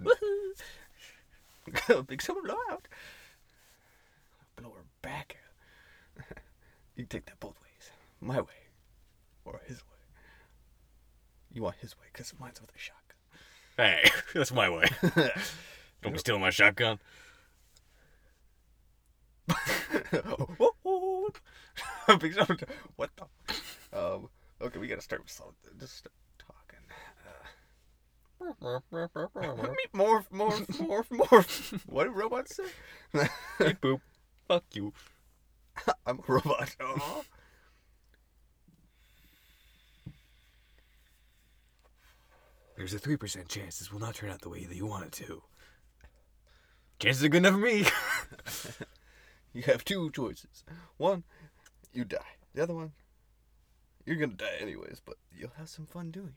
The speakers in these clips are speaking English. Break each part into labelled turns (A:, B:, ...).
A: I'll make someone loud. Blow her back out. you can take that both ways. My way. Or his way. You want his way, because mine's with a shotgun.
B: Hey, that's my way. Don't be stealing my shotgun.
A: Whoa, whoa, whoa. Big sound. what the? Um, okay, we gotta start with something. Just start talking.
B: Beep
A: Meep, morph, morph, morph, morph. what do robots say?
B: boop. Fuck you.
A: I'm a robot. Uh-huh. Aw.
B: There's a 3% chance this will not turn out the way that you want it to. Chances are good enough for me.
A: You have two choices. One, you die. The other one, you're gonna die anyways, but you'll have some fun doing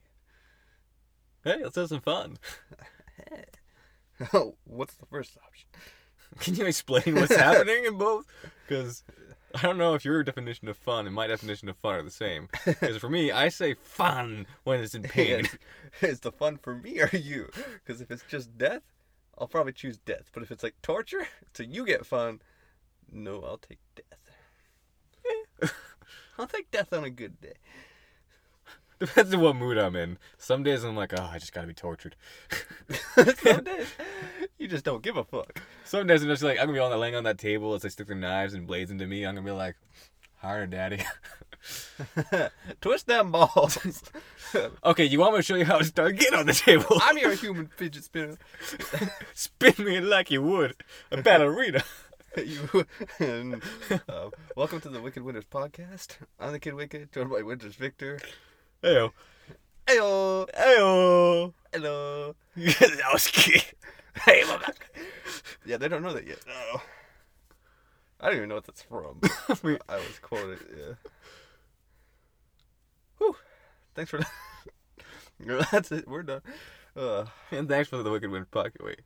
B: hey, let's have some fun.
A: it. Oh, what's the first option?
B: Can you explain what's happening in both? Because I don't know if your definition of fun and my definition of fun are the same. Because for me, I say fun when it's in pain.
A: Is, is the fun for me or you? Because if it's just death, I'll probably choose death. But if it's like torture, so you get fun, no, I'll take death. I'll take death on a good day.
B: Depends on what mood I'm in. Some days I'm like, oh, I just gotta be tortured.
A: Some days, you just don't give a fuck.
B: Some days I'm just like, I'm gonna be on that laying on that table as they stick their knives and blades into me. I'm gonna be like, harder, daddy.
A: Twist them balls.
B: okay, you want me to show you how to start getting on the table?
A: I'm your human fidget spinner.
B: Spin me like you would a ballerina.
A: you and, uh, welcome to the Wicked Winters podcast. I'm the Kid Wicked, joined by Winters Victor.
B: Ayo.
A: Heyo,
B: Ayo.
A: hello.
B: that was key. Hey, my back.
A: Yeah, they don't know that yet. Oh. I don't even know what that's from.
B: Wait.
A: I was quoted. Yeah. Whew. Thanks for that. that's it. We're done. Uh,
B: And thanks for the Wicked Wind Pocket. Wait.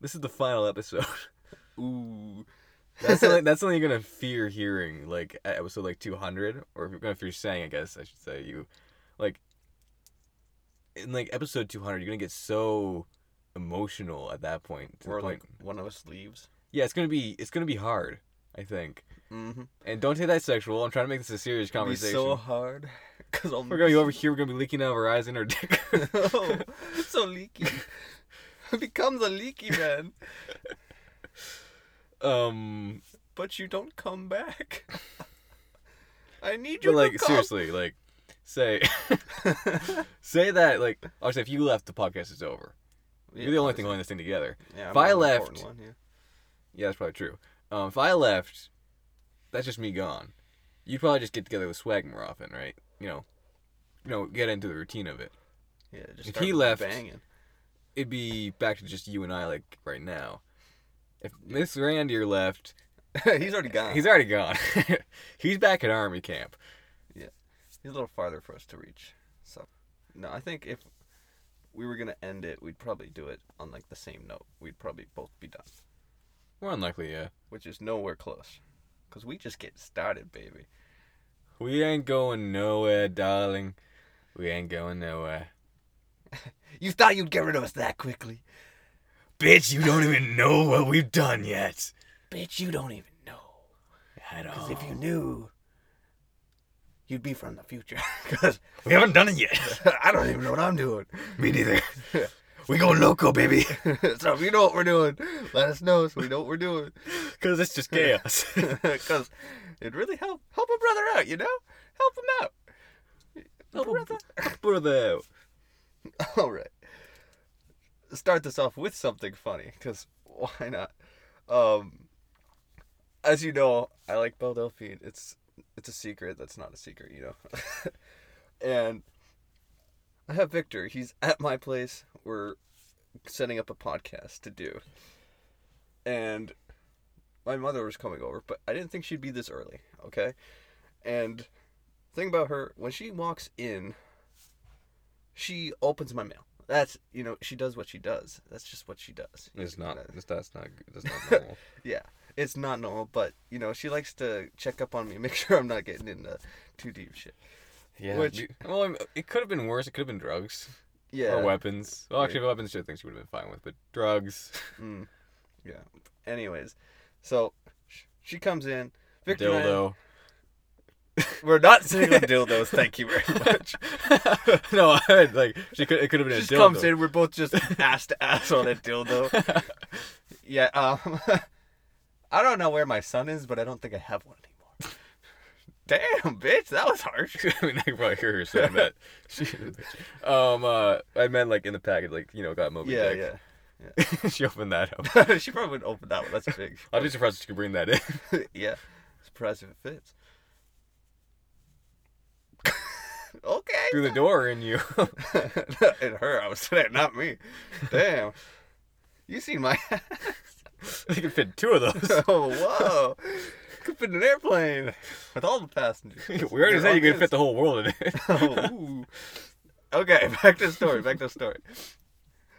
B: This is the final episode.
A: ooh.
B: That's something, that's something you're gonna fear hearing, like at episode like 200, or if you're gonna fear saying, I guess I should say you, like, in like episode 200, you're gonna get so emotional at that point. to the
A: Or like
B: point-
A: one of us leaves.
B: yeah, it's gonna be it's gonna be hard, I think.
A: Mm-hmm.
B: And don't take that sexual. I'm trying to make this a serious
A: Be
B: conversation.
A: so hard. Cause I'll
B: We're gonna be over here. We're gonna be leaking out of our eyes and our dick.
A: oh, it's so leaky. It becomes a leaky man,
B: um,
A: but you don't come back. I need you
B: but
A: to
B: like
A: come.
B: seriously, like say say that like obviously if you left, the podcast is over.
A: Yeah,
B: You're the only thing holding this thing together.
A: Yeah,
B: if I
A: I'm the
B: left-
A: important one, yeah.
B: Yeah, that's probably true. Um, if I left, that's just me gone. You'd probably just get together with Swag more often, right? You know, you know, get into the routine of it.
A: Yeah, just
B: If
A: start
B: he left-
A: banging.
B: It'd be back to just you and I, like right now. If Miss Randier left,
A: he's already gone.
B: he's
A: He's,
B: already gone. he's back at army camp.
A: a little farther for us to reach. So, no, I think if we were gonna end it, we'd probably do it on like the same note. We'd probably both be done,
B: We're unlikely, yeah.
A: which is nowhere close, cause we just get started, baby.
B: We ain't going nowhere, darling. We ain't going nowhere.
A: You thought you'd get rid of us that quickly,
B: Bitch, you don't even know what we've done yet.
A: bitch? You don't even know.
B: At all.
A: Because if you knew, you'd be from the future. Because
B: We haven't done it yet.
A: I don't even know what I'm doing.
B: Me neither. we going loco, baby.
A: so if you know what we're doing, let us know so we know what we're doing.
B: Because it's just chaos.
A: Because it really help help a brother out, you know? Help him out. Oh,
B: brother. brother.
A: All right. Start this off with something funny, because why not? Um, as you know, I like Belle Delphine. It's it's a secret that's not a secret, you know. and I have Victor. He's at my place. We're setting up a podcast to do. And my mother was coming over, but I didn't think she'd be this early. Okay. And thing about her, when she walks in, she opens my mail. That's you know she does what she does. That's just what she does.
B: It's
A: You know,
B: not.
A: that-
B: It's, that's not. That's not normal.
A: yeah, it's not normal, but you know she likes to check up on me, make sure I'm not getting into too deep shit.
B: yeah.
A: Which-
B: well, I'm- it could have been worse. It could have been drugs.
A: yeah.
B: Or weapons. Well, actually,
A: Yeah.
B: weapons, sure, things she would have been fine with, but drugs.
A: Mm. Yeah. Anyways, so sh- she comes in. Victor and I-
B: dildo.
A: we're not sitting on dildos. Thank you very much.
B: no, I had, like she could. It could have
A: She
B: been
A: just
B: a dildo.
A: comes in. We're both just ass to ass on a dildo. Yeah. Um, I don't know where my son is, but I don't think I have one anymore. Damn, bitch, that was harsh.
B: I mean, I could probably hear her saying that. She, um, uh, I meant like in the package, like you know, got Moby
A: Yeah,
B: Dick. Yeah. she opened that up.
A: yeah. she probably wouldn't open that one. That's big.
B: I'd be surprised if she could bring that in.
A: yeah. Surprised if it fits. okay.
B: through the door and you.
A: and her, I was saying, not me. Damn. You seen my
B: they could fit two of those.
A: Oh, whoa. Could fit in an airplane with all the passengers.
B: we already said you could fit the whole world in it.
A: Oh, ooh. Okay, back to the story. Back to the story.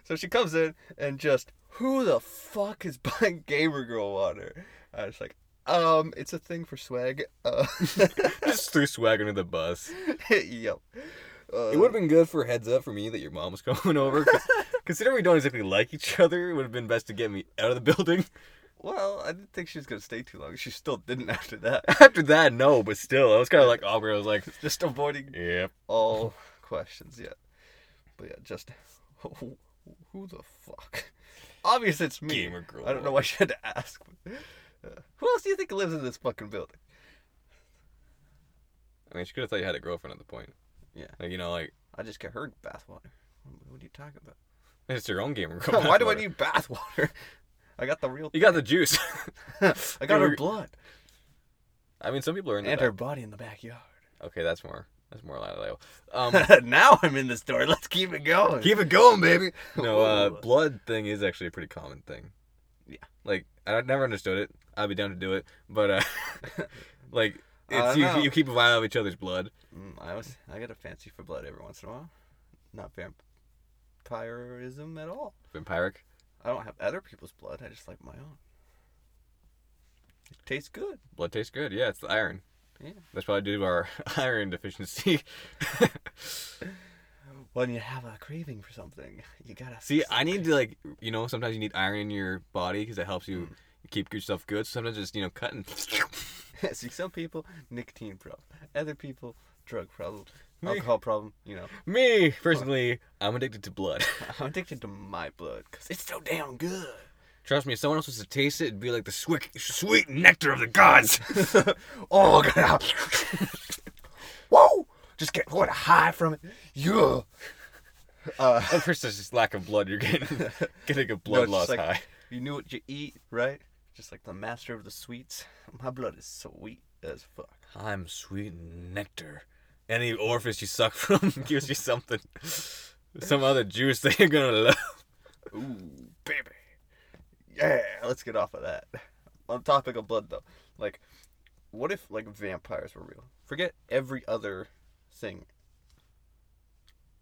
A: So she comes in and just, who the fuck is buying Gamer Girl water? I was like, um, it's a thing for swag. Uh,
B: Just threw swag under the bus.
A: yep. Uh,
B: It would have been good for a heads up for me that your mom was coming over. 'cause Considering we don't exactly like each other, it would have been best to get me out of the building.
A: well, I didn't think she was gonna stay too long. She still didn't after that.
B: After that, no, but still, I was kind of like awkward. I was like,
A: Just avoiding
B: yep.
A: all questions. Yeah, but yeah, just who, who the fuck? Obvious, it's me.
B: Gamer girl.
A: I don't know why she had to ask. Uh, who else do you think lives in this fucking building?
B: I mean, she could have thought you had a girlfriend at the point.
A: Yeah.
B: Like you know, like
A: I just get her bathwater. What are you talking about?
B: it's your own gamer girl.
A: Why do I
B: bathwater.
A: need bathwater? I got the real.
B: You got the juice.
A: I got her
B: Dude.
A: blood
B: I mean, some people are in.
A: and her body in the backyard.
B: Okay, that's more. That's more reliable. Um,
A: now I'm in the story. Let's keep it going.
B: Keep it going, baby. No, uh,
A: Whoa.
B: blood thing is actually a pretty common thing.
A: Yeah.
B: Like I never understood it. I'd be down to do it, but uh, like
A: I
B: it's
A: don't
B: you,
A: know.
B: you keep a vial of each other's blood.
A: Mm, I was I got a fancy for blood every once in a while. Not vampirism at all.
B: Vampiric.
A: I don't have other people's blood. I just like my own. It tastes good.
B: Blood tastes good. Yeah, it's the iron.
A: Yeah.
B: That's probably due to our iron deficiency.
A: When you have a craving for something, you gotta
B: See, I need to like you know sometimes you need iron in your body because it helps you
A: Mm.
B: keep yourself good. Sometimes just you know cutting.
A: see some people nicotine problem, other people drug problem,
B: Me.
A: alcohol problem. You know,
B: Me personally, I'm addicted to blood.
A: I'm addicted to my blood because it's so damn good.
B: Trust me, if someone else was to taste it, it'd be like the swick, sweet nectar of the gods.
A: oh, God. whoa! Just get what a high from it. Yeah. Uh,
B: At first, Oh, there's just lack of blood. You're getting getting a blood
A: it's just
B: loss
A: like-
B: high.
A: you knew what you eat, right? Just like the master of the sweets. My blood is sweet as fuck.
B: I'm sweet nectar. Any orifice you suck from gives you something, some other juice that you're gonna love.
A: Ooh, baby. Yeah, let's get off of that. On topic of blood though. Like what if like vampires were real? Forget every other thing.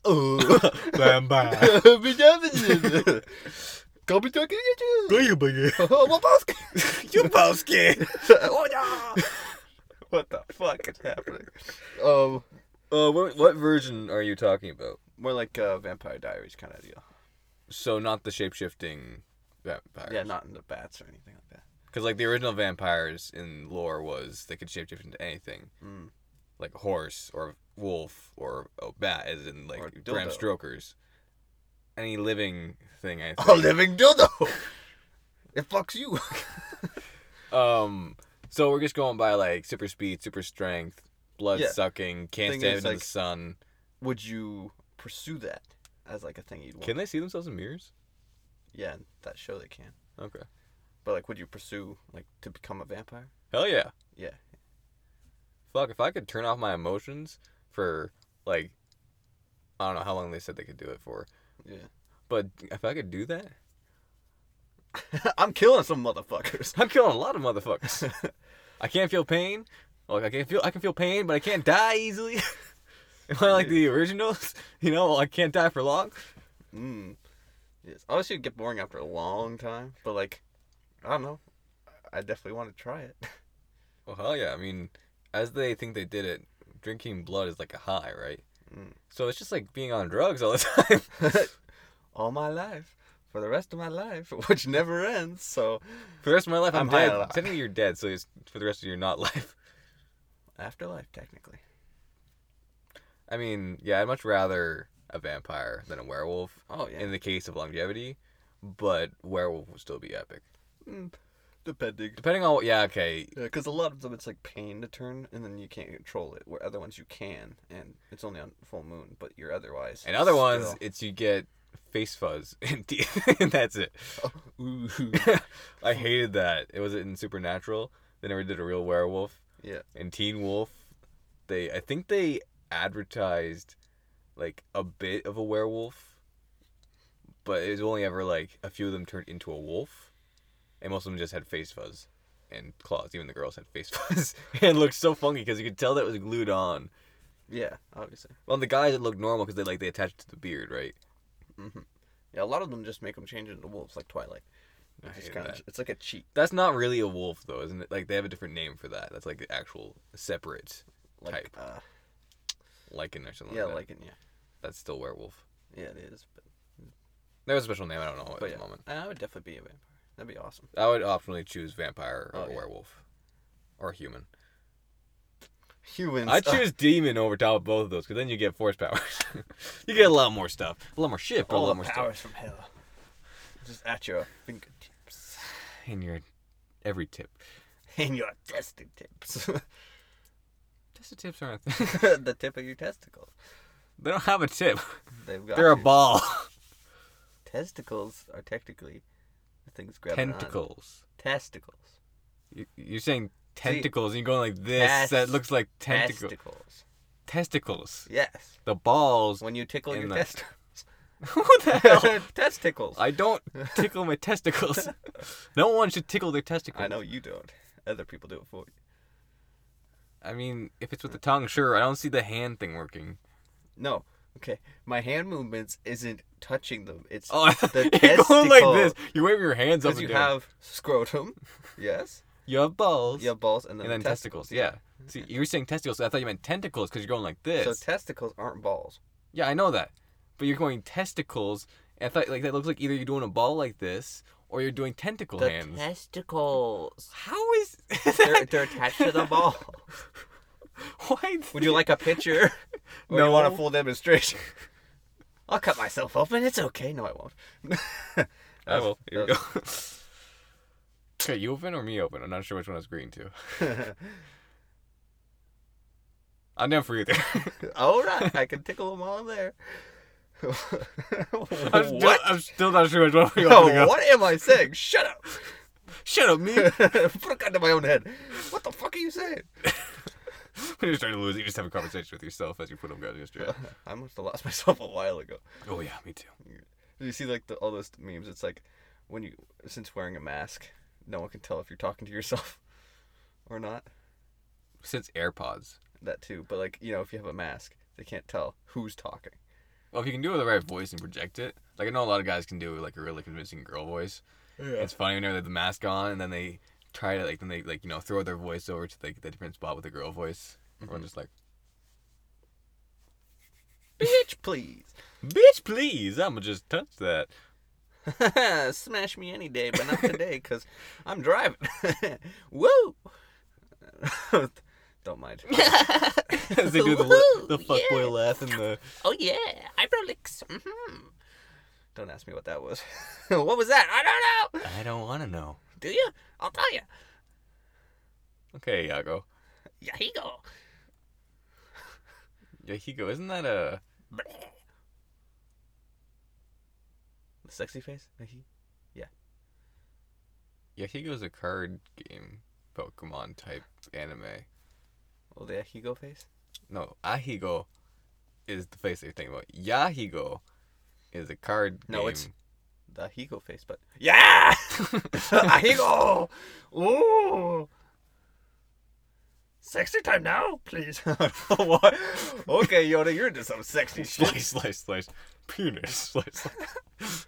A: Oh.
B: Vampire.
A: Go be talking to you.
B: Lebowski.
A: Oh, yeah. What the fuck is happening? Um,
B: Uh, what what version are you talking about?
A: more like uh, Vampire Diaries kind of deal.
B: So not the shape shifting vampire.
A: Yeah, not into bats or anything like that.
B: Because like the original vampires in lore was they could shapeshift into anything,
A: Mm.
B: like a horse or a wolf or a bat, as in
A: Or a
B: like Bram
A: dildo.
B: Stoker's. Any living thing, I
A: A
B: think.
A: living dildo. It fucks you.
B: um, so we're just going by like super speed, super strength, blood
A: Yeah.
B: sucking, can't
A: Thing
B: stand
A: is,
B: in
A: like-
B: the sun.
A: Would you pursue that as like a thing you'd want?
B: Can they see themselves in mirrors?
A: yeah, in that show they can.
B: Okay.
A: But like, would you pursue like to become a vampire?
B: Hell yeah.
A: Yeah.
B: Fuck, if I could turn off my emotions for like, I don't know how long they said they could do it for,
A: Yeah.
B: but if I could do that,
A: I'm killing some motherfuckers.
B: I'm killing a lot of motherfuckers. I can't feel pain. Like I can feel, I can feel pain, but I can't die easily. Am I like the originals? You know, I can't die for long.
A: Mm. Yes. Obviously, it'd get boring after a long time. But like, I don't know. I definitely want to try it.
B: Well, hell yeah. I mean, as they think they did it, drinking blood is like a high, right?
A: Mm.
B: So it's just like being on drugs all the time.
A: All my life, for the rest of my life, which never ends. So
B: for the rest of my life,
A: I'm
B: I'm,
A: high a
B: dead.
A: lot.
B: Technically, you're dead. So it's for the rest of your not life.
A: afterlife, technically.
B: I mean, yeah, I'd much rather a vampire than a werewolf
A: Oh yeah.
B: in the case of longevity, but werewolf would still be epic.
A: Mm, depending.
B: Depending on what, yeah, okay,
A: Because a lot of them, it's like pain to turn, and then you can't control it. Where other ones you can, and it's only on full moon, but you're otherwise.
B: and other ones
A: still-
B: it's you get face fuzz and, teeth, and that's it.
A: Ooh.
B: I hated that. It was in Supernatural. They never did a real werewolf.
A: Yeah.
B: And Teen Wolf, they I think they advertised like a bit of a werewolf, but it was only ever like a few of them turned into a wolf, and most of them just had face fuzz and claws. Even the girls had face fuzz. it looked so funky because you could tell that it was glued on.
A: yeah, obviously.
B: Well, the guys it looked normal because they like they attached it to the beard, right?
A: Yeah, a lot of them just make them change into wolves, like Twilight.
B: I
A: It's
B: hated
A: kind
B: that.
A: of it's like a cheat,
B: That's not really a wolf though, isn't it? Like they have a different name for that. That's like the actual separate
A: like
B: Type.
A: uh,
B: lichen or something.
A: yeah,
B: like, that.
A: like and yeah,
B: that's still werewolf.
A: yeah, it is. But,
B: They have a special name. I don't know
A: but
B: at the
A: yeah, Uh,
B: moment.
A: I would definitely be a vampire. That'd be awesome.
B: I would optionally choose vampire
A: Oh,
B: or
A: yeah.
B: werewolf, or human.
A: Humans.
B: I choose demon over top of both of those because then you get force powers. you get a lot more stuff, a lot more shit, but a
A: all
B: lot
A: the
B: more
A: powers from hell, just at your fingertips
B: stuff in your every tip.
A: and your testicle tips,
B: Just the tips aren't. a thing.
A: the tip of your testicles.
B: they don't have a tip.
A: They've got
B: They're a
A: you.
B: ball.
A: testicles are technically the things grabbing on.
B: Tentacles.
A: Testicles.
B: You- You're saying tentacles, and you're going like this.
A: Test-
B: that looks like tentacle.
A: Testicles.
B: Testicles.
A: Yes.
B: The balls.
A: When you tickle
B: In
A: your
B: the-
A: test
B: what the hell?
A: testicles. I,
B: I don't tickle my testicles. No one should tickle their testicles.
A: know you don't. Other people do it for you.
B: I mean, if it's with the tongue, sure. I don't see the hand thing working.
A: No. Okay. My hand movements isn't touching them. It's
B: Oh,
A: the
B: you're going like
A: testicle.
B: this. You wave your hands up
A: because
B: and
A: you
B: down.
A: have scrotum. Yes.
B: you have balls.
A: You have balls and then,
B: and then testicles. Yeah. See, you were saying testicles. So I thought you meant tentacles because you're going like this.
A: So testicles aren't balls.
B: yeah, I know that. But you're going testicles. And I thought like that looks like either you're doing a ball like this or you're doing tentacle
C: The
B: hands.
C: testicles.
B: How is
A: They're,
B: that?
A: they're attached to the ball.
B: Why?
A: Would you like a picture? Or you want a
B: No.
A: full demonstration? I'll cut myself open. It's okay. No, I won't.
B: I will. Here we
A: That's-
B: go. okay, you open or me open? I'm not sure which one I was agreeing to. I'm down for either.
A: All right, I can tickle them all there. what?
B: I'm still, I'm still not sure which one we want to
A: Oh,
B: go.
A: what am I saying? Shut up!
B: Shut up, me. when
A: Put a gun to my own head. What the fuck are you saying?
B: you're starting to lose, you just have a conversation with yourself as you put them guys against your head.
A: I must have lost myself a while ago.
B: Oh yeah, me too.
A: You see, like the, all those memes. It's like when you, since wearing a mask, no one can tell if you're talking to yourself or not.
B: Since AirPods.
A: That too. But like you know, if you have a mask, they can't tell who's talking.
B: Well, if you can do it with the right voice and project it, like I know a lot of guys can do like a really convincing girl voice.
A: Yeah.
B: It's funny when they have the mask on and then they try to like then they like you know throw their voice over to like the different spot with the girl voice. Everyone's just like,
A: Bitch, please.
B: "Bitch, please, I'ma just touch that."
A: Smash me any day, but not today, cause I'm driving. Woo! Don't mind.
B: As they do the,
C: Woohoo,
B: the fuckboy laugh and the
C: Oh yeah, eyebrow licks. Mm-hmm.
A: Don't ask me what that was. what was that? I don't know.
B: I don't want to know.
A: Do you? I'll tell you.
B: Okay, Iago.
C: Yeah, he go.
B: Yahigo, isn't that a
A: The sexy face. He-
B: Yahigo's a card game Pokemon type anime?
A: Oh, the Higo face.
B: No, Ahigo is the face they're thinking about. Yahigo is a card game.
A: No, it's- The Higo face, but yeah, Higo. Ooh. Sexy time now, please. what? Okay, Yoda, you're into some sexy shit.
B: slice, slice, slice, penis, slice, slice.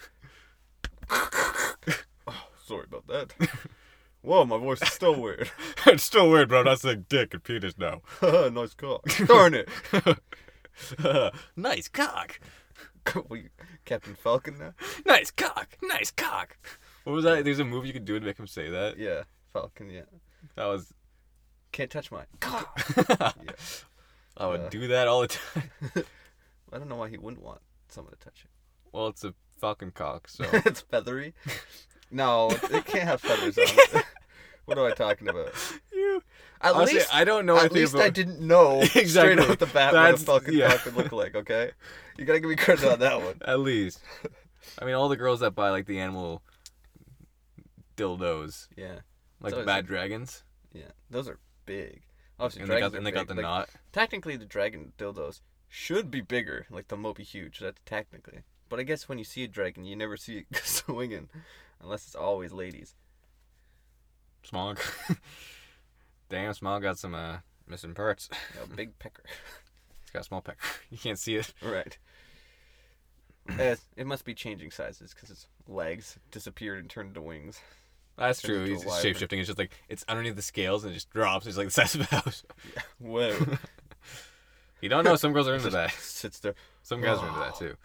A: Sorry about that. Whoa, my voice is still weird.
B: it's still weird, bro. I'm not saying dick and penis now.
A: nice car. Darn it.
B: nice cock.
A: Were you Captain Falcon now?
B: Nice cock. Nice cock. What was that? There's a move you could do to make him say that.
A: Yeah, Falcon. Yeah,
B: That was
A: can't touch mine.
B: cock.
A: Yeah.
B: I would
A: Yeah.
B: do that all the time.
A: I don't know why he wouldn't want someone to touch it.
B: Well, it's a falcon cock, so
A: it's feathery. No, it can't have feathers on it. what am I talking about?
B: you.
A: At
B: Honestly,
A: least,
B: I don't know
A: at
B: anything
A: least
B: about-
A: I didn't know straight
B: Exactly.
A: off the bat what a
B: That's-
A: Falcon
B: yeah.
A: cock would look like. Okay, you gotta give me credit on that one.
B: At least. I mean, all the girls that buy like the animal dildos,
A: Yeah,
B: like the
A: always
B: bad dragons,
A: yeah, those are big. Obviously,
B: and they got
A: dragons are
B: and they got the
A: big, like,
B: knot.
A: technically the dragon dildos should be bigger, like the Moby huge. That's technically, but I guess when you see a dragon, you never see it swinging, unless it's always ladies.
B: Smog. Damn, Smog got some uh, missing parts.
A: You know, big pecker,
B: He's got a small peck. You can't see it.
A: right? Eh, it must be changing sizes because its legs disappeared and turned into wings.
B: That's
A: Turns
B: true.
A: into a
B: He's
A: wyvern.
B: shape shifting. It's just like it's underneath the scales and it just drops. It's like the size of a house.
A: Whoa!
B: You don't know. Some girls are into that.
A: Sits there.
B: Some guys are into that too.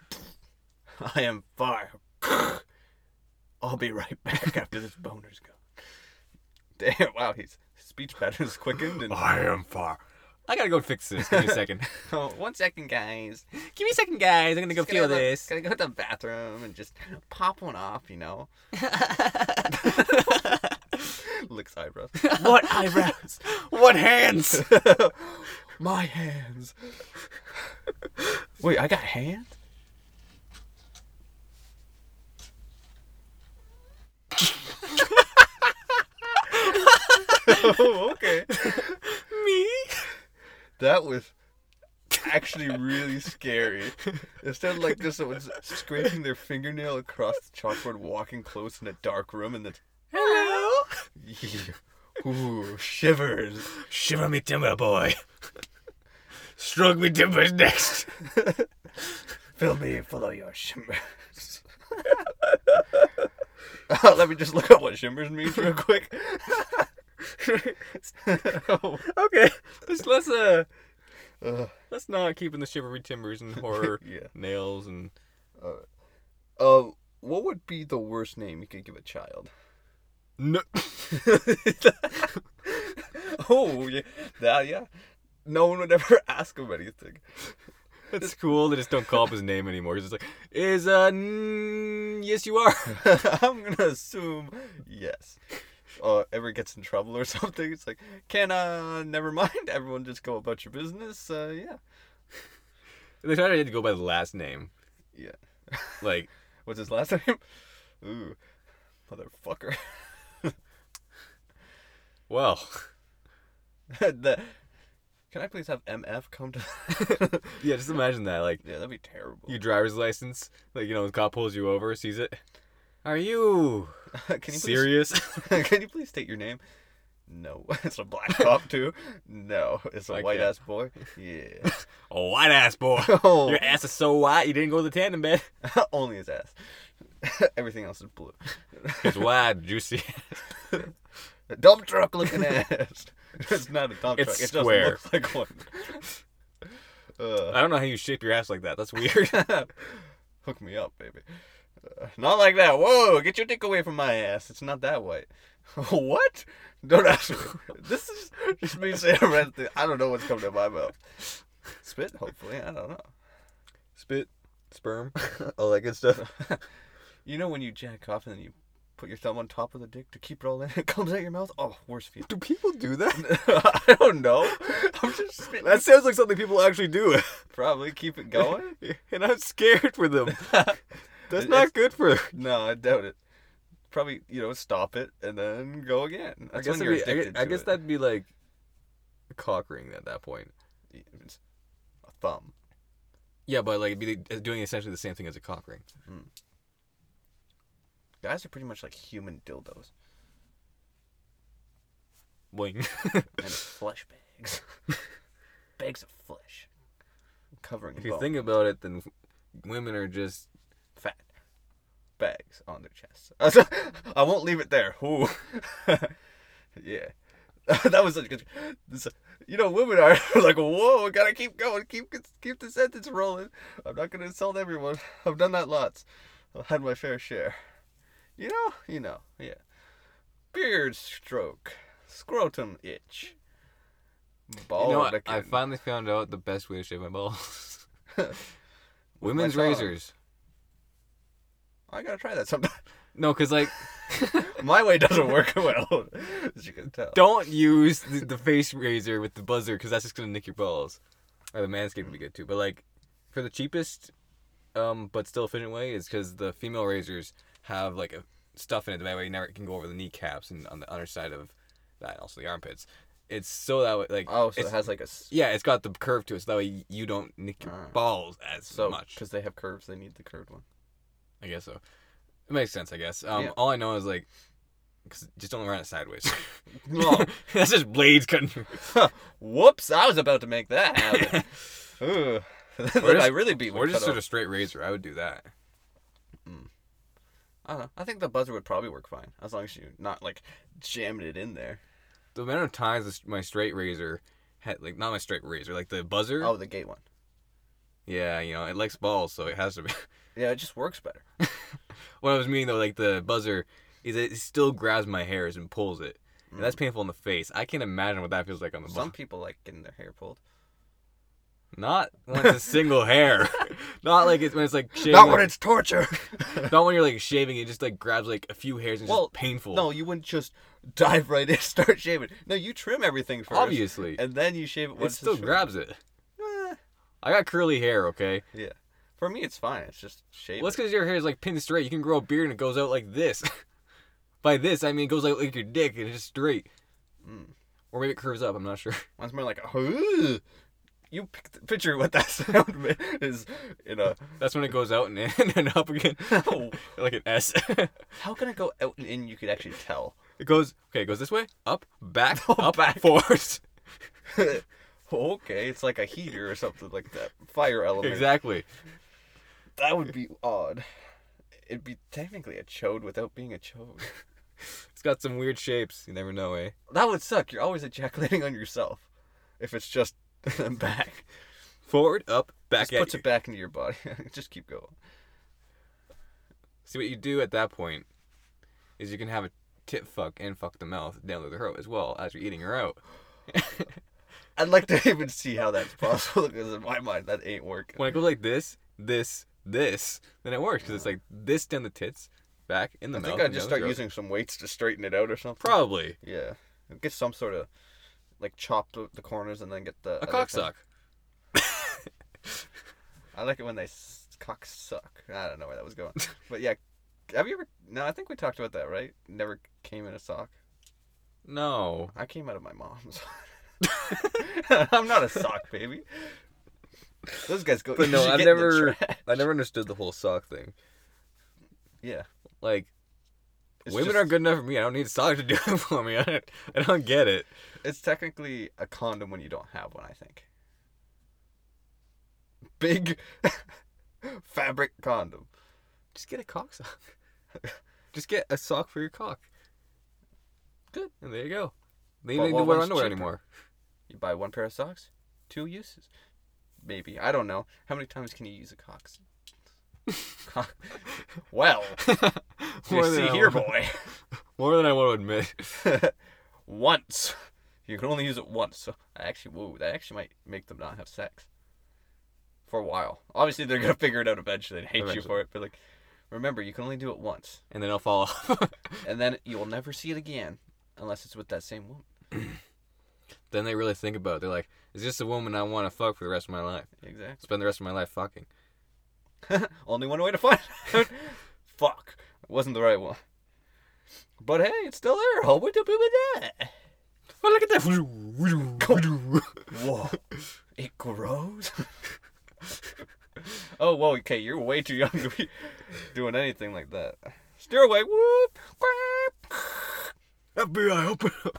A: I am fire. I'll be right back after this boner's gone. Damn! Wow, his speech patterns quickened. And
B: Oh, I am far. I gotta go fix this. Give me a second.
A: oh, one second, guys.
B: Give me a second, guys. I'm gonna go
A: Just
B: feel
A: gonna go-
B: this.
A: Gonna go to the bathroom and just pop one off, you know. Licks eyebrows.
B: what eyebrows? What hands?
A: My hands. Wait, I got hands. oh, okay.
B: Me?
A: That was actually really scary. It sounded like just someone's scraping their fingernail across the chalkboard, walking close in a dark room, and then
B: Hello?
A: Ooh, shivers.
B: Shiver me timber, boy. Stroke me timbers next.
A: Fill me full of your shimmers. Uh, let me just look up what shimmers means real quick.
B: Okay. Let's let's uh
A: Uh,
B: let's not keep in the shivery timbers and horror
A: Yeah.
B: nails and
A: uh, what would be the worst name you could give a child?
B: no.
A: Oh, yeah. That, yeah. No one would ever ask him anything.
B: It's cool. They just don't call up his name anymore. 'cause It's like is uh mm, yes you are.
A: I'm gonna assume yes. Uh, ever gets in trouble or something? It's like, can uh, never mind. Everyone just go about your business. Uh, yeah,
B: They tried to go by the last name.
A: yeah.
B: Like
A: What's his last name? Ooh, motherfucker.
B: well.
A: the, can I please have MF come to?
B: Yeah, just imagine that. Like
A: yeah, that'd be terrible.
B: your driver's license. Like you know, the cop pulls you over, sees it. Are you
A: can you
B: serious?
A: please? Can you please state your name? No, it's a black cop too. No, it's a
B: Like,
A: white
B: yeah.
A: ass boy. Yeah.
B: a white ass boy.
A: Oh.
B: Your ass is so white you didn't go to the tanning bed.
A: Only his ass. Everything else is blue.
B: It's wide, juicy.
A: A dump truck looking ass. it's not a dump
B: It's
A: truck. It
B: square.
A: doesn't look like one. Uh,
B: I don't know how you shape your ass like that. That's weird.
A: hook me up, baby. Uh, not like that. Whoa, get your dick away from my ass. It's not that white. what? Don't ask me. this is just me saying I read the- I don't know what's coming to my mouth. Spit, hopefully. I don't know.
B: Spit, sperm.
A: All that good stuff. you know when you jack off and then you put your thumb on top of the dick to keep it all in, it comes out your mouth? Oh, worst feeling.
B: Do people do that?
A: I don't know. I'm just spitting.
B: That sounds like something people actually do.
A: Probably keep it going.
B: and I'm scared for them. That's
A: It-
B: not good for.
A: no, I doubt it. Probably, you know, stop it and then go again.
B: I
A: That's
B: guess,
A: when you're
B: that'd be- I guess,
A: addicted
B: I
A: to
B: guess
A: it.
B: that'd be like cock ring at that point.
A: It's a thumb.
B: Yeah, but like it'd be the- doing essentially the same thing as a cock ring.
A: Guys are pretty much like human dildos
B: Wing.
A: and flesh bags. bags of flesh. Covering
B: if you
A: bone.
B: think about it, then women are just
A: fat bags on their chests. I won't leave it there. Ooh. yeah. that was such good. This, you know, women are like, whoa, I gotta keep going, keep keep the sentence rolling. I'm not gonna insult everyone. I've done that lots. I've had my fair share. You know, you know, yeah. Beard stroke, scrotum itch, ball.
B: you know what? I finally found out the best way to shave my balls. Women's
A: tongue.
B: razors.
A: I gotta try that sometime.
B: No, because like,
A: my way doesn't work well, as you can tell.
B: don't use the, the face razor with the buzzer because that's just gonna nick your balls. Or the manscape would be good too. But like, for the cheapest, um, but still efficient way is because the female razors have like a stuff in it that way you never it can go over the kneecaps and on the underside of that, and also the armpits. It's so that way like
A: Oh, so
B: it's-
A: it has like a s-
B: yeah, it's got the curve to it, so that way you don't nick your
A: Ah.
B: balls as
A: so
B: much.
A: because they have curves, they need the curved one.
B: I guess so. It makes sense, I guess. Um,
A: Yeah.
B: All I know is like, 'cause just don't run it sideways. Oh,
A: No.
B: That's just blades cutting. through.
A: Whoops! I was about to make that happen. Ooh. Then I
B: just-
A: really beat.
B: or just sort of straight razor. I would do that.
A: I don't know. I think the buzzer would probably work fine as long as you not like jamming it in there.
B: The amount of times this- my straight razor had like not my straight razor, like the buzzer.
A: Oh, the gate one.
B: Yeah, you know it likes balls, so it has to be.
A: Yeah, it just works better.
B: what I was meaning though, like the buzzer, is it still grabs my hairs and pulls it. And
A: Mm.
B: that's painful in the face. I can't imagine what that feels like on the
A: Some
B: bum.
A: people like getting their hair pulled.
B: Not when it's a single hair. Not like it's when it's like shaving. like-
A: it's torture.
B: Not when you're like shaving, it just like grabs like a few hairs and it's
A: Well,
B: just painful.
A: no, you wouldn't just dive right in, start shaving. No, you trim everything first,
B: obviously,
A: and then you shave it.
B: it
A: Once
B: still
A: it's-
B: grabs it.
A: Eh,
B: I got curly hair, okay.
A: yeah, for me it's fine. It's just shaving.
B: Well, that's because your hair is like pinned straight. You can grow a beard and it goes out like this. By this, I mean it goes out like your dick and it's just straight,
A: Mm.
B: or maybe it curves up. I'm not sure.
A: Mine's more like, "Huh." you pic- picture what that sound ma- is in a.
B: That's when it goes out and in and up again, like an S. it
A: How can it go out and in? You could actually tell.
B: goes okay. It goes this way, up, back, up,
A: Oh, back. Oh,
B: forwards.
A: okay, it's like a heater or something like that. Fire element.
B: exactly.
A: That would be odd. It'd be technically a chode without being a chode.
B: It's got some weird shapes. You never know, eh?
A: That would suck. You're always ejaculating on yourself. If it's just back,
B: Forward, up, back.
A: just
B: at
A: puts
B: you.
A: it back into your body. just keep going.
B: See what you do at that point is you can have a tit fuck and fuck the mouth down the throat as well as you're eating her out.
A: I'd like to even see how that's possible because in my mind that ain't working.
B: When it goes like this, this, this, then it works because it's like this down the tits, back in the
A: I
B: mouth.
A: think I'd
B: and
A: just
B: down the
A: start
B: throat.
A: using some weights to straighten it out or something.
B: probably
A: Yeah, get some sort of like chop the, the corners and then get the
B: a
A: other
B: cock
A: thing.
B: suck.
A: I like it when they s- cock suck. I don't know where that was going, but yeah, have you ever? No, I think we talked about that, right? Never came in a sock.
B: No,
A: I came out of my mom's. I'm not a sock baby. Those guys go.
B: but
A: you
B: no,
A: should
B: I've
A: get in the
B: never,
A: trash.
B: I never understood the whole sock thing.
A: Yeah,
B: Like
A: it's
B: women
A: just-
B: are good enough for me. I don't need a sock to do it for me. I don't, I don't get it.
A: It's technically a condom when you don't have one. I think. Big fabric condom.
B: Just get a cock sock. just get a sock for your cock.
A: Good.
B: And there you go. They
A: But
B: don't need to
A: what
B: wear
A: one's
B: underwear
A: cheaper?
B: anymore.
A: You buy one pair of socks, two uses. Maybe. I don't know. How many times can you use a cox? Cock- well, you
B: more than
A: see
B: I
A: here,
B: want-
A: boy.
B: More than I want to admit.
A: once. You can only use it once. So I actually, whoa, that actually might make them not have sex. For a while. Obviously, they're going to figure it out eventually and hate you
B: Eventually.
A: for it. But, like, remember, you can only do it once.
B: And then I'll fall off.
A: And then you will never see it again unless it's with that same woman.
B: then they really think about it. They're like, is this a woman I want to fuck for the rest of my life?
A: Exactly.
B: Spend the rest of my life fucking.
A: Only one way to find out. Fuck. It wasn't the right one. But hey, it's still there. How would you be with that?
B: Oh, look at that.
A: Whoa. It grows? oh, whoa, okay, you're way too young to be doing anything like that. Steer away, whoop!
B: FBI, open up.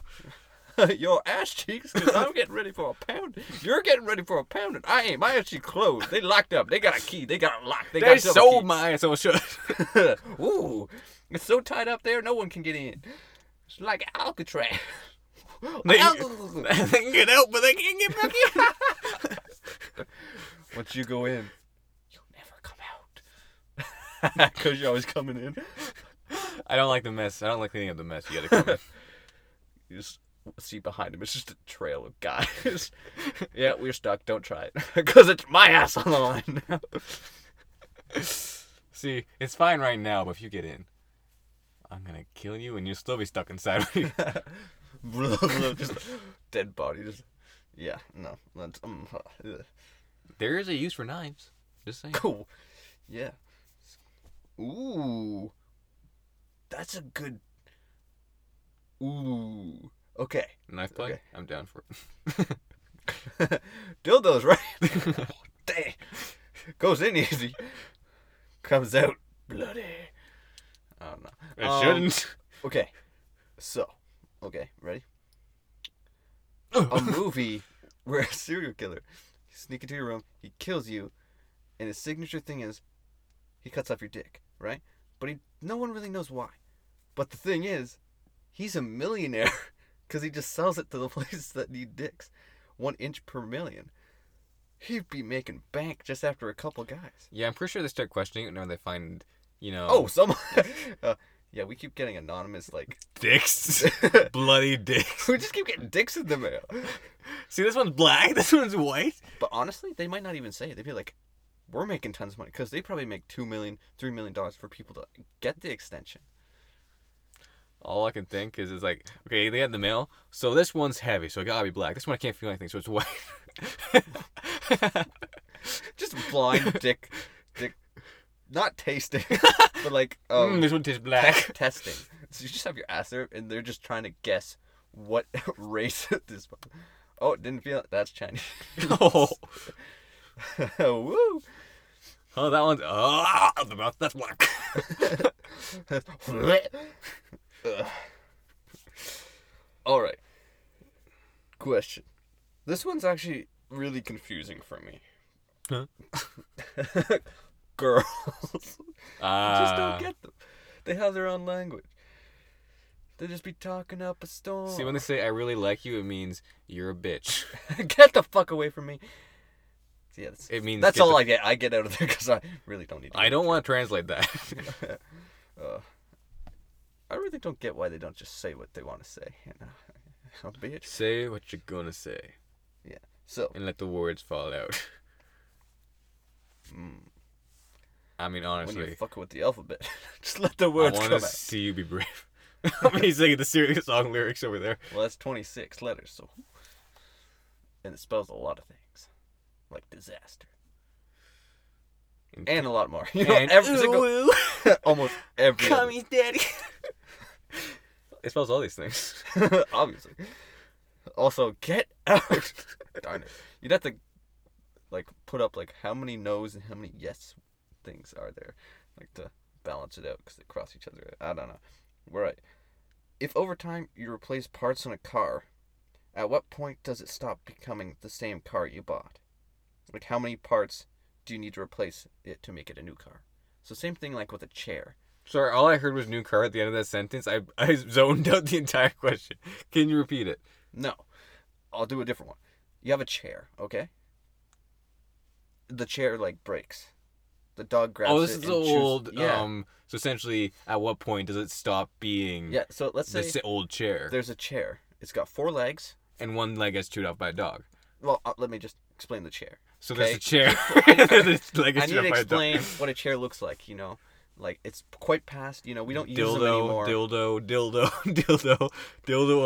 A: quack. Your ass cheeks, because I'm getting ready for a pound. You're getting ready for a pound, and I ain't. My ass cheeks closed. They locked up. They got a key. They got a lock. They,
B: They
A: got double
B: sold
A: key.
B: my asshole shut.
A: Ooh, it's so tight up there, no one can get in. It's like Alcatraz.
B: They, they can get out, but they can't get back in.
A: Once you go in,
C: You'll never come out.
A: because you're always coming in,
B: I don't like the mess. I don't like cleaning up the mess. You gotta come in.
A: you just see behind him. It's just a trail of guys. yeah, we're stuck. Don't try it, because it's my ass on the line. now.
B: See, it's fine right now, but if you get in, I'm gonna kill you, and you'll still be stuck inside. me.
A: just dead body. Just yeah, no. That's, um, ugh.
B: there is a use for knives. Just saying.
A: Cool. Yeah. Ooh. That's a good. Ooh. Okay.
B: Knife play.
A: Okay.
B: I'm down for it.
A: Dildos, right? Dang. Goes in easy. Comes out bloody. I don't know.
B: It
A: Um,
B: shouldn't.
A: Okay. So, okay, ready? a movie where a serial killer sneak into your room, he kills you, and his signature thing is he cuts off your dick, right? But he no one really knows why. But the thing is, he's a millionaire because he just sells it to the places that need dicks, one inch per million. He'd be making bank just after a couple guys.
B: Yeah, I'm pretty sure they start questioning it whenever they find, you know.
A: Oh, someone. uh, yeah, we keep getting anonymous like
B: dicks. Bloody dicks.
A: we just keep getting dicks in the mail.
B: See, this one's black. This one's white.
A: But honestly, they might not even say it. They'd be like, "We're making tons of money," because they probably make two million, three million dollars for people to get the extension.
B: All I can think is, it's like, okay, they had the mail, so this one's heavy, so it gotta be black. This one I can't feel anything, so it's white.
A: Just blind dick, dick, not tasting, but like
B: Mm,
A: um,
B: this one tastes
A: test-
B: black.
A: testing. So you just have your ass there, and they're just trying to guess what race this. Oh, it didn't feel it. That's Chinese.
B: oh,
A: Woo!
B: oh, that one's ah, the mouth. That's black.
A: Ugh. All right. Question. This one's actually really confusing for me.
B: Huh?
A: Girls
B: Uh,
A: just don't get them. They have their own language. They just be talking up a storm.
B: See, when they say "I really like you," it means you're a bitch.
A: get the fuck away from me. Yeah, that's,
B: It means
A: that's
B: get
A: all
B: the-
A: I get. I get out of there because I really don't need. To
B: I don't want to translate that.
A: uh, I really don't get why they don't just say what they want to say. You know, a bitch.
B: say what you're gonna say
A: So,
B: and let the words fall out.
A: mm,
B: I mean,
A: when
B: honestly,
A: you're fucking with the alphabet, just let the
B: I
A: words
B: want
A: come
B: to
A: out.
B: see you be brave. He's singing the serious song lyrics over there.
A: Well, that's 26 letters, so. And it spells a lot of things, like disaster.
B: And-
A: And a lot more. You know,
B: And
A: every
B: ooh,
A: single,
B: ooh,
A: almost every. other-
B: come here, daddy. it spells all these things.
A: Obviously. Also, get out. Darn it. You'd have to, like, put up like how many no's and how many yes things are there, like to balance it out because they cross each other. out. I don't know. Right. If over time you replace parts on a car, at what point does it stop becoming the same car you bought? Like, how many parts do you need to replace it to make it a new car? So same thing like with a chair.
B: Sorry, all I heard was new car at the end of that sentence. I, I zoned out the entire question. Can you repeat it?
A: No. I'll do a different one. You have a chair, okay? The chair like breaks. The dog grabs
B: oh, this
A: it
B: is
A: and
B: the
A: chews-
B: old.
A: Yeah.
B: Um, so essentially, at what point does it stop being
A: yeah, so let's say
B: this old chair
A: there's a chair. It's got four legs.
B: and one leg gets chewed off by a dog?
A: Well, uh, let me just explain the chair.
B: So
A: Okay.
B: there's a chair. This leg
A: I
B: gets
A: need
B: chewed
A: to
B: off by a dog.
A: explain what a chair looks like, you know? Like it's quite past, you know, we don't use them
B: Dildo,
A: anymore.
B: dildo, dildo, dildo, dildo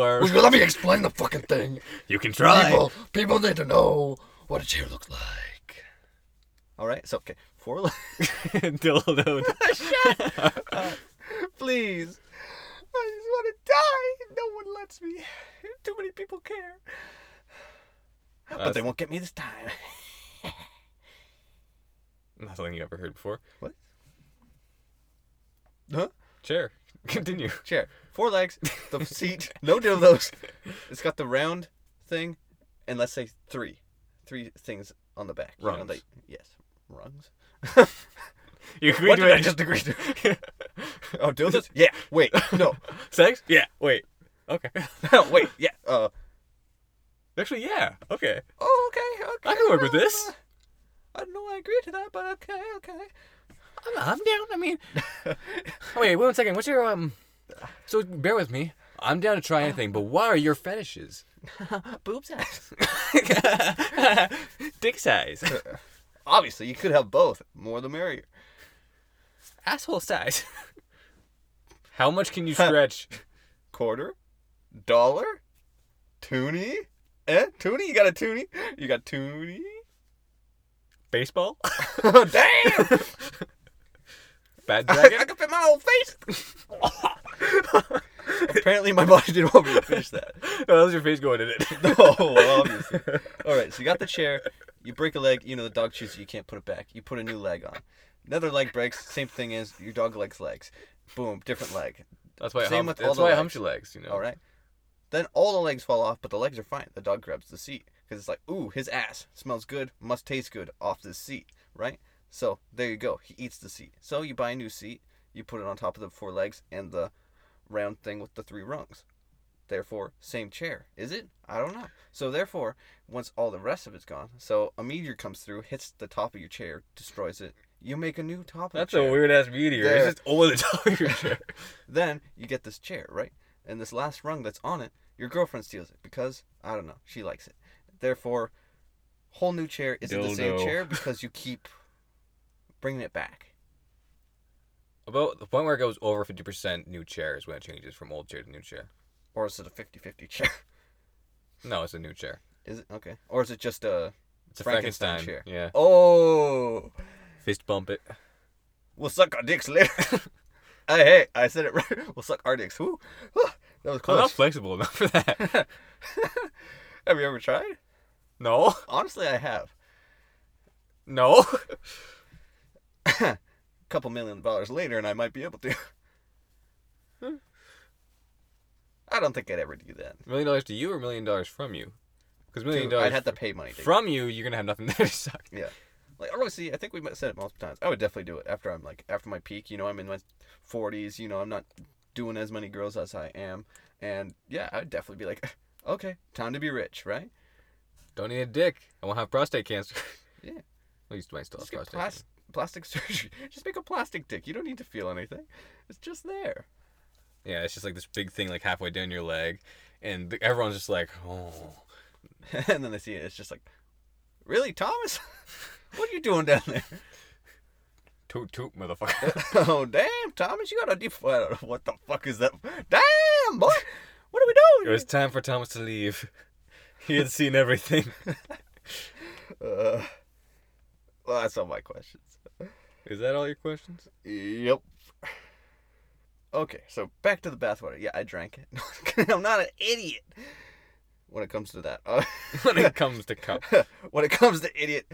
B: arm.
A: Well, let me explain the fucking thing.
B: You can try.
A: people need to know what a chair looks like. All right. So, okay. Four legs.
B: dildo.
A: Please. I just want to die. No one lets me. Too many people care. but they
B: that's-
A: won't get me this time.
B: Not something you ever heard before.
A: What? Huh?
B: Chair. Continue.
A: Chair. Four legs, the seat, no dildos. It's got the round thing, and let's say three. Three things on the back. you know,
B: Rungs.
A: they- yes. Rungs?
B: You agree
A: What
B: to
A: did
B: it?
A: I just agree to?
B: to.
A: Oh, dildos? Yeah. Wait. No.
B: Sex? Yeah. Wait. Okay. No, wait. Yeah.
A: Uh,
B: Actually, yeah. Okay.
A: oh, okay, okay.
B: I can work with this.
A: I don't know. I agree to that, but okay, okay.
B: I'm, I'm down. I mean, Oh, wait, wait one second. What's your um? So bear with me. I'm down to try anything, but what are your fetishes?
C: Boobs out.
B: Dick size,
A: Obviously, you could have both. More the merrier.
B: asshole size. How much can you stretch?
A: Quarter, dollar, toonie. Eh? Toonie? You got a toonie? You got toonie?
B: Baseball, Oh,
A: Damn!
B: bad
A: I, I
B: dragon.
A: can fit my old face. Apparently, my body didn't want me to finish that.
B: Oh, how's your face going in it?
A: Oh, well, obviously. All right, so you got the chair. You break a leg. You know the dog shoots you. You can't put it back. You put a new leg on. Another leg breaks. Same thing is your dog likes legs. Boom, different leg.
B: That's why. I
A: Same
B: hum-
A: with all
B: that's
A: the
B: why I
A: legs.
B: humped your legs. You know.
A: All right. Then all the legs fall off, but the legs are fine. The dog grabs the seat because it's like, ooh, his ass smells good, must taste good off this seat, right? So there you go. He eats the seat. So you buy a new seat. You put it on top of the four legs and the round thing with the three rungs. Therefore, same chair. Is it? I don't know. So therefore, once all the rest of it's gone, so a meteor comes through, hits the top of your chair, destroys it. You make a new top of
B: That's
A: the chair.
B: a weird ass meteor.
A: There.
B: It's just over the top of your chair.
A: Then you get this chair, right? And this last rung that's on it, your girlfriend steals it because I don't know, she likes it. Therefore, whole new chair isn't the same
B: Dildo.
A: chair because you keep bringing it back.
B: About the point where it goes over fifty percent new chair is when it changes from old chair to new chair.
A: Or is it a 50-50 chair?
B: No, it's a new chair.
A: Is it okay? Or is it just a
B: It's a
A: Frankenstein
B: Frankenstein,
A: chair.
B: Yeah.
A: Oh,
B: Fist bump it.
A: we'll suck our dicks later. hey, hey, I said it right. We'll suck our dicks. Woo. Woo. That was
B: I'm not
A: close.
B: flexible enough for that.
A: Have you ever tried?
B: no.
A: Honestly, I have.
B: No.
A: A couple million dollars later, and I might be able to. I don't think I'd ever do that.
B: million dollars to you or million dollars from you? Because million
A: Dude,
B: dollars
A: I'd have to pay money. To
B: from you, you're gonna have nothing there to suck.
A: yeah, like obviously, I think we have said it multiple times. I would definitely do it after I'm like after my peak. You know, I'm in my forties. You know, I'm not doing as many girls as I am, and yeah, I'd definitely be like, okay, time to be rich, right?
B: Don't need a dick. I won't have prostate cancer.
A: Yeah.
B: At least might still have
A: Just get
B: prostate.
A: plas- plastic surgery. Just make a plastic dick. You don't need to feel anything. It's just there.
B: cancer. Yeah, it's just like this big thing like halfway down your leg, and th- everyone's just like, oh.
A: and then they see it. It's just like, really, Thomas? what are you doing down there?
B: Toot toot, motherfucker.
A: oh damn, Thomas, you got a deep. I don't know what the fuck is that. Damn boy, what are we
B: it
A: doing?
B: was time for Thomas to leave. He had seen everything.
A: Uh, well, that's all my questions.
B: Is that all your questions?
A: Yep. Okay, so back to the bathwater. Yeah, I drank it. I'm not an idiot when it comes to that. Uh,
B: when it comes to cup.
A: when it comes to idiot,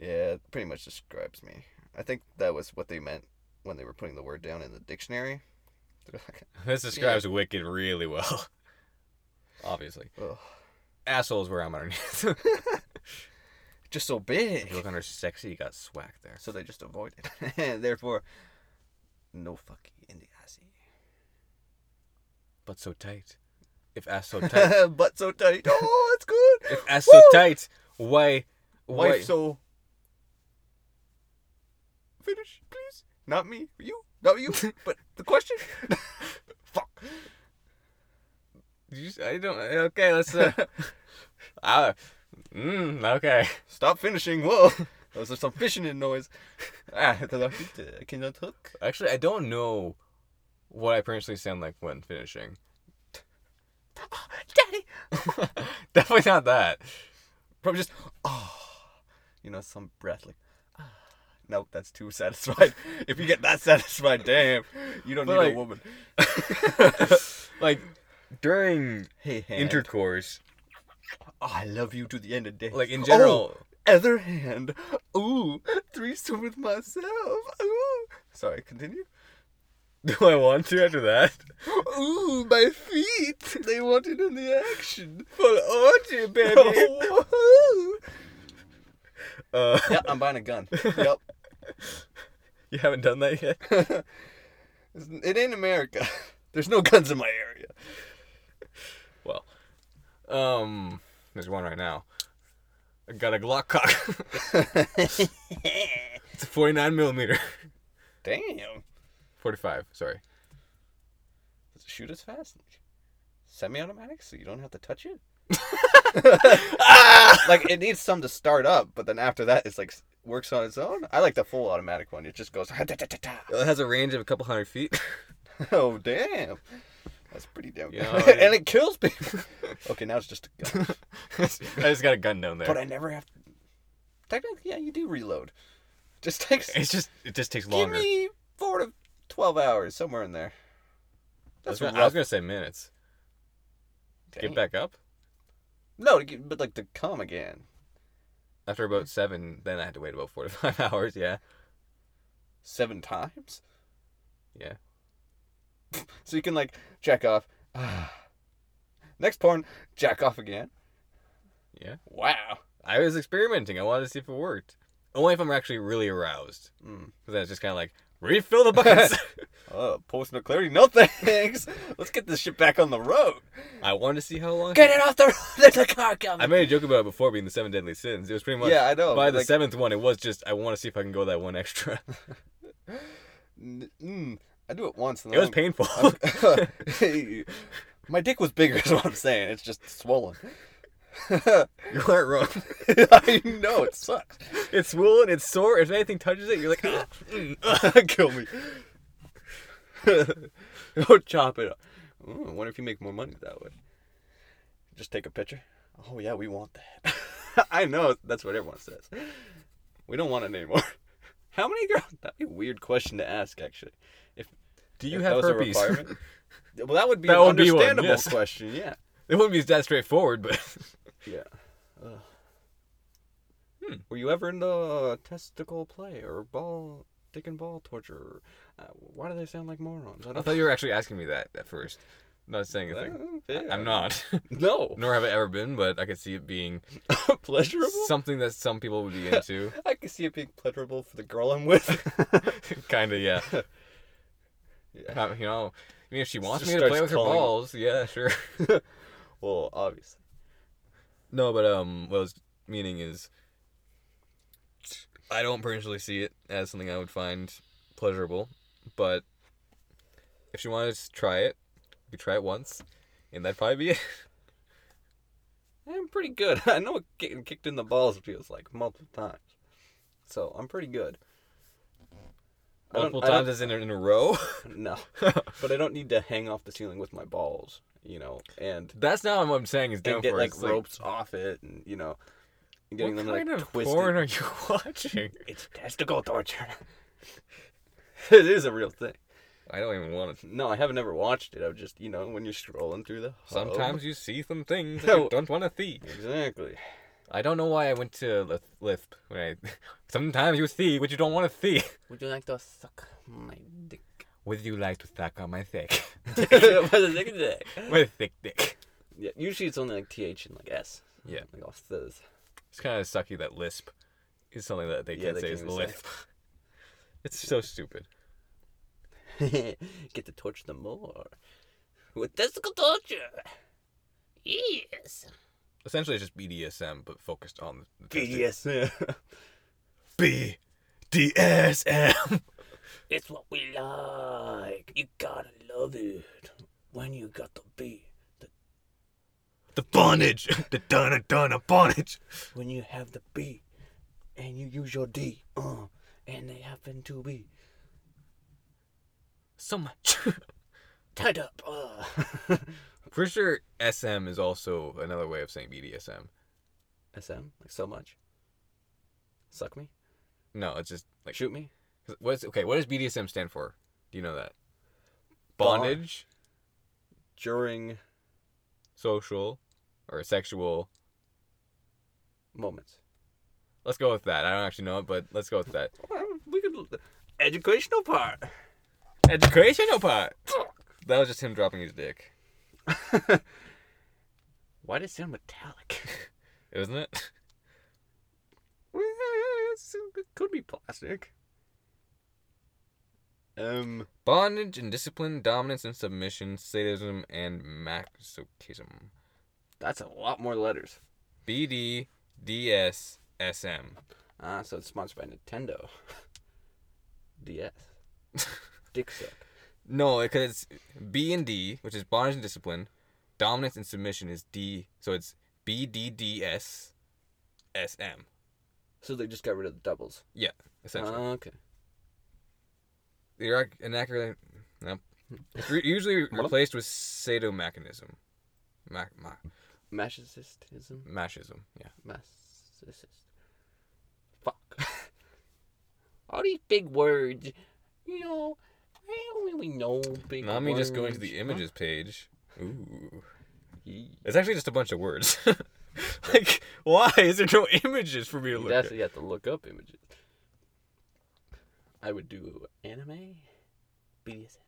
A: yeah, it pretty much describes me. I think that was what they meant when they were putting the word down in the dictionary. They're like,
B: This describes Wicked really well. Obviously.
A: Ugh.
B: Assholes where I'm underneath. if
A: just so big.
B: you look under sexy, you got swack there.
A: So they just avoid it. and therefore, no fucking in the assy.
B: But so tight. If ass so tight.
A: but so tight. Oh, it's good.
B: if ass so
A: Woo!
B: tight, why?
A: Wife
B: Why?
A: so. Finish, please. Not me. You. Not you. but the question. Fuck.
B: You just- I don't. Okay, let's. Uh, uh, mm, okay.
A: Stop finishing. Whoa. Those are some fishing in noise. Ah, I cannot hook.
B: Actually, I don't know what I personally sound like when finishing.
C: Daddy.
B: Definitely not that.
A: Probably just. Oh. You know, some breath like. ah. Nope, that's too satisfied. If you get that satisfied, damn, you don't
B: But
A: need
B: like-
A: a woman.
B: like during
A: Hey, hand.
B: intercourse,
A: Oh, I love you to the end of day.
B: like in general,
A: Oh, other hand. Ooh, threesome with myself. Ooh. Sorry, continue.
B: do I want to after that?
A: Ooh, my feet. They want it in the action.
B: Full orgy,
A: Woohoo.
B: uh,
A: yep, I'm buying a gun. Yep.
B: you haven't done that yet.
A: It ain't America. There's no guns in my area.
B: Um, there's one right now. I got a Glock cock. it's a 49 millimeter.
A: Damn.
B: 45, sorry.
A: Does it shoot as fast? Semi-automatic, so you don't have to touch it. like it needs some to start up, but then after that, it's like s- works on its own. I like the full automatic one. It just goes.
B: It has a range of a couple hundred feet.
A: oh damn, that's pretty damn good.
B: Yeah,
A: and it kills people. okay, now it's just a gun.
B: I just got a gun down there.
A: But I never have. To... Technically, yeah, you do reload. Just takes.
B: it's just it just takes
A: Give
B: longer.
A: me four to twelve hours, somewhere in there.
B: I was
A: That's
B: gonna-
A: rough.
B: I was gonna say minutes.
A: Dang.
B: Get back up.
A: No, to get- but like to come again.
B: After about seven, then I had to wait about four to five hours. Yeah,
A: seven times.
B: Yeah.
A: so you can like jack off. Next porn, jack off again.
B: Yeah.
A: Wow.
B: I was experimenting. I wanted to see if it worked. Only if I'm actually really aroused.
A: Mm.
B: Because I was just kind of like refill the buckets.
A: Oh, post no clarity. No thanks. Let's get this shit back on the road.
B: I wanted to see how long.
C: Get it off the road. There's a car coming.
B: I made a joke about it before being the seven deadly sins. It was pretty much
A: yeah, I know.
B: by the
A: like,
B: seventh one. It was just I want to see if I can go that one extra.
A: n- mm, I do it once. And
B: It was
A: then
B: painful.
A: I'm- My dick was bigger, is what I'm saying. It's just swollen.
B: you weren't wrong.
A: I know it sucks.
B: It's swollen. It's sore. If anything touches it, you're like, "Ah, mm, ah,
A: Kill me.
B: oh, chop it up.
A: Ooh, Hmm, I wonder if you make more money that way. Just take a picture. Oh yeah, we want that. I know that's what everyone says. We don't want it anymore. How many girls? That'd be a weird question to ask, actually.
B: Do you
A: If
B: have
A: that was a
B: herpes?
A: requirement? Well, that would be
B: That
A: an
B: would be one,
A: understandable
B: yes.
A: question. Yeah.
B: It wouldn't be that straightforward, but
A: Yeah. Ugh.
B: Hmm.
A: Were you ever into uh, testicle play or ball, dick and ball torture? Uh, why do they sound like morons? I
B: I
A: don't
B: thought you were actually asking me that at first. I'm not saying a thing.
A: Uh,
B: I-
A: yeah.
B: I'm not,
A: No.
B: nor have I ever been, but I could see it being
A: Pleasurable.
B: something that some people would be into.
A: I can see it being pleasurable for the girl I'm with.
B: kind of, yeah.
A: yeah.
B: Uh, You know, I mean, if she wants
A: Just
B: me to play
A: starts
B: with her
A: calling-
B: balls, yeah, sure.
A: Well, obviously.
B: No, but um, what I was meaning is, I don't personally see it as something I would find pleasurable, but if she wanted to try it, we try it once, and that'd probably be it.
A: I'm pretty good. I know what getting kicked in the balls feels like multiple times. So I'm pretty good. I don't-
B: Multiple
A: I don't-
B: times as in a- in a row.
A: No. but I don't need to hang off the ceiling with my balls, you know, and,
B: That's not what I'm saying. Is down
A: and get
B: for
A: like
B: It's
A: ropes off it and, you know, and getting
B: what
A: them like
B: kind of
A: twisted.
B: porn are you watching?
A: It's testicle torture. it is a real thing.
B: I don't even want to.
A: No, I haven't ever watched it. I've just, you know, when you're scrolling through the. hub.
B: Sometimes you see some things that you
A: No.
B: don't want to see.
A: Exactly.
B: I don't know why I went to Lith- Lisp. When I, sometimes you see what you don't want to see.
C: Would you like to suck my dick?
B: Would you like to suck on my thick?
A: yeah,
B: my thick dick.
A: usually it's only like th and like s.
B: Yeah.
A: Like off the
B: It's kind of sucky that Lisp is something that they
A: Yeah,
B: can't
A: they
B: say
A: can't
B: is
A: even say.
B: Lisp. It's so stupid.
A: Get to torture them more. With testicle torture.
C: Yes.
B: Essentially, it's just BDSM, but focused on the
A: BDSM.
B: B D S M.
C: It's what we like. You gotta love it. When you got the beat,
B: The bondage. The donna donna bondage.
C: when you have the beat, and you use your D, uh, and they happen to be
B: So much.
C: tied up. Uh.
B: For sure, SM is also another way of saying BDSM.
A: SM? Like so much? Suck me?
B: No, it's just like
A: Shoot me?
B: what's okay. What does BDSM stand for? Do you know that?
A: Bond.
B: Bondage,
A: During
B: social, or sexual.
A: moments.
B: Let's go with that. I don't actually know it, but let's go with that.
A: Well, we could. Educational part.
B: Educational part. That was just him dropping his dick,
A: Why does it sound metallic?
B: isn't it?
A: Well, it's- it could be plastic. Um.
B: Bondage and discipline, dominance and submission, sadism and masochism.
A: That's a lot more letters.
B: B D D S S M.
A: Ah, so it's sponsored by Nintendo. DS. Dick suck.
B: No, because it's B and D, which is bondage and discipline. Dominance and submission is D, so it's B D D S S M.
A: So they just got rid of the doubles.
B: Yeah, essentially.
A: Ah, okay.
B: the Iraq inaccurate. No, it's re- usually replaced with sadomasochism. Ma- ma-
A: Masochism.
B: masochism. Yeah.
A: Masochist. Fuck. All these big words. You know, I don't really know big
B: Now let me just go into
A: words.
B: the images page. Ooh,
A: Yee.
B: it's actually just a bunch of words. like, why is there no images for me to look
A: You'd
B: at?
A: actually have to look up images. I would do anime, BDSM.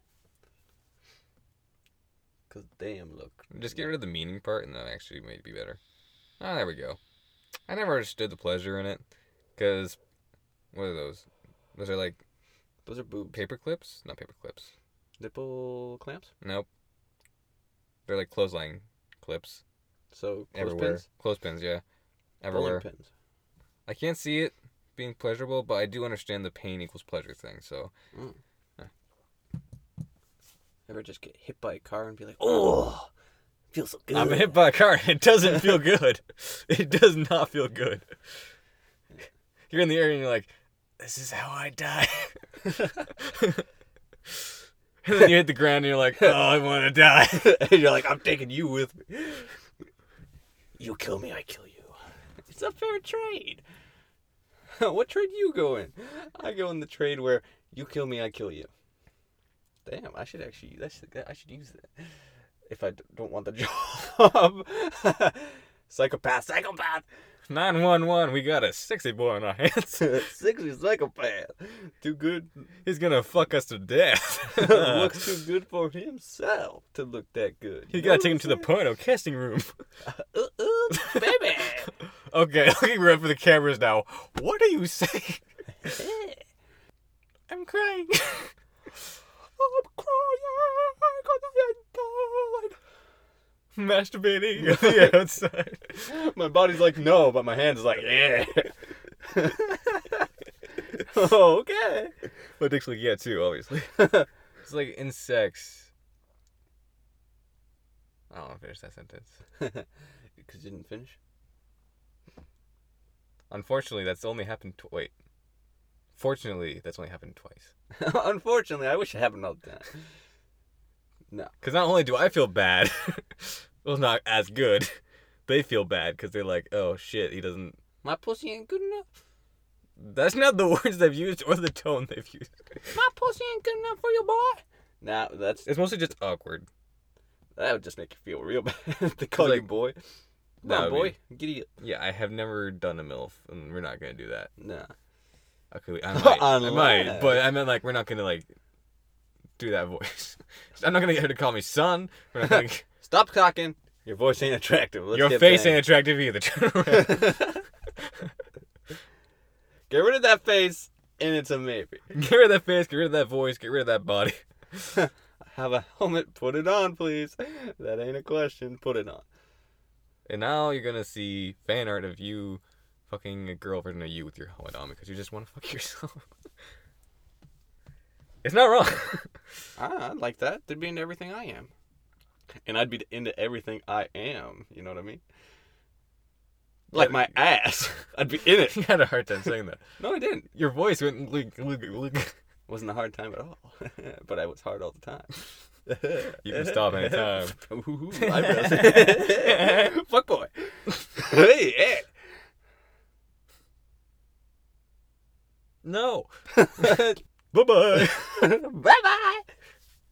A: Cause damn, look.
B: Just get rid of the meaning part, and that actually may be better. Ah, there we go. I never understood the pleasure in it, because what are those? Those are like
A: Those are boobs.
B: paper clips, not paper clips.
A: Nipple clamps.
B: Nope. They're like clothesline clips.
A: So
B: everywhere.
A: clothespins.
B: Clothespins, yeah.
A: Bowling
B: Everywhere.
A: pins.
B: I can't see it being pleasurable, but I do understand the pain equals pleasure thing. So
A: Ever just get hit by a car and be like, oh, feels so good.
B: I'm hit by a car. It doesn't feel good. It does not feel good. You're in the air and you're like, this is how I die. and then you hit the ground and you're like, oh, I want to die.
A: and you're like, I'm taking you with me. You kill me, I kill you. It's a fair trade. what trade do you go in? I go in the trade where you kill me, I kill you. Damn, I should actually that's I should use that if I d- don't want the job. psychopath, psychopath.
B: 911, we got a sexy boy on our hands.
A: Six is psychopath. Too good.
B: He's going to fuck us to death.
A: Looks too good for himself to look that good.
B: You
A: You
B: gotta
A: know
B: take him
A: what
B: to the
A: I'm
B: porno casting room.
A: saying? Uh, uh, baby.
B: okay, looking right for the cameras now. What are you saying?
A: Uh,
B: I'm crying. Oh, I'm crying on the inside. Masturbating on the outside.
A: uh, My body's like no, but my hand's like yeah. oh, okay.
B: But dick's like, yeah, too, obviously. It's like in sex. I don't want to finish that sentence.
A: Because you didn't finish.
B: Unfortunately, that's only happened. Tw- wait. Fortunately, that's only happened twice.
A: Unfortunately, I wish it happened all the time.
B: Because not only do I feel bad, well, not as good, they feel bad because they're like, oh shit, he doesn't.
A: My pussy ain't good enough.
B: That's not the words they've used or the tone they've used.
A: My pussy ain't good enough for you, boy. Nah, that's
B: It's mostly just awkward.
A: that would just make you feel real bad. if they call you
B: Like,
A: boy. Come
B: that
A: on,
B: would
A: boy. Giddy up.
B: Yeah, I have never done a MILF, and we're not going to do that.
A: Nah.
B: Okay, we- I might. I might,
A: Unless.
B: but I meant like, we're not going to like do that voice. I'm not going to get her to call me son. We're not gonna,
A: Stop cocking. Your voice ain't attractive. Let's
B: your
A: get
B: face
A: banging.
B: ain't attractive either. Turn around.
A: Get rid of that face, and it's a maybe.
B: get rid of that face, get rid of that voice, get rid of that body.
A: Have a helmet. Put it on, please. That ain't a question. Put it on.
B: And now you're gonna see fan art of you fucking a girl version of you with your helmet on because you just want to fuck yourself. it's not wrong.
A: Ah, I'd like that. They'd be into everything I am. And I'd be into everything I am. You know what I mean? Like my ass. I'd be in it.
B: you had a hard time saying that.
A: No, I didn't.
B: Your voice went look, look, look.
A: Wasn't a hard time at all. but I was hard all the time.
B: You can stop anytime.
A: Ooh, eyebrows. Fuck boy. hey, hey.
B: No. Bye bye.
A: eh. Bye bye.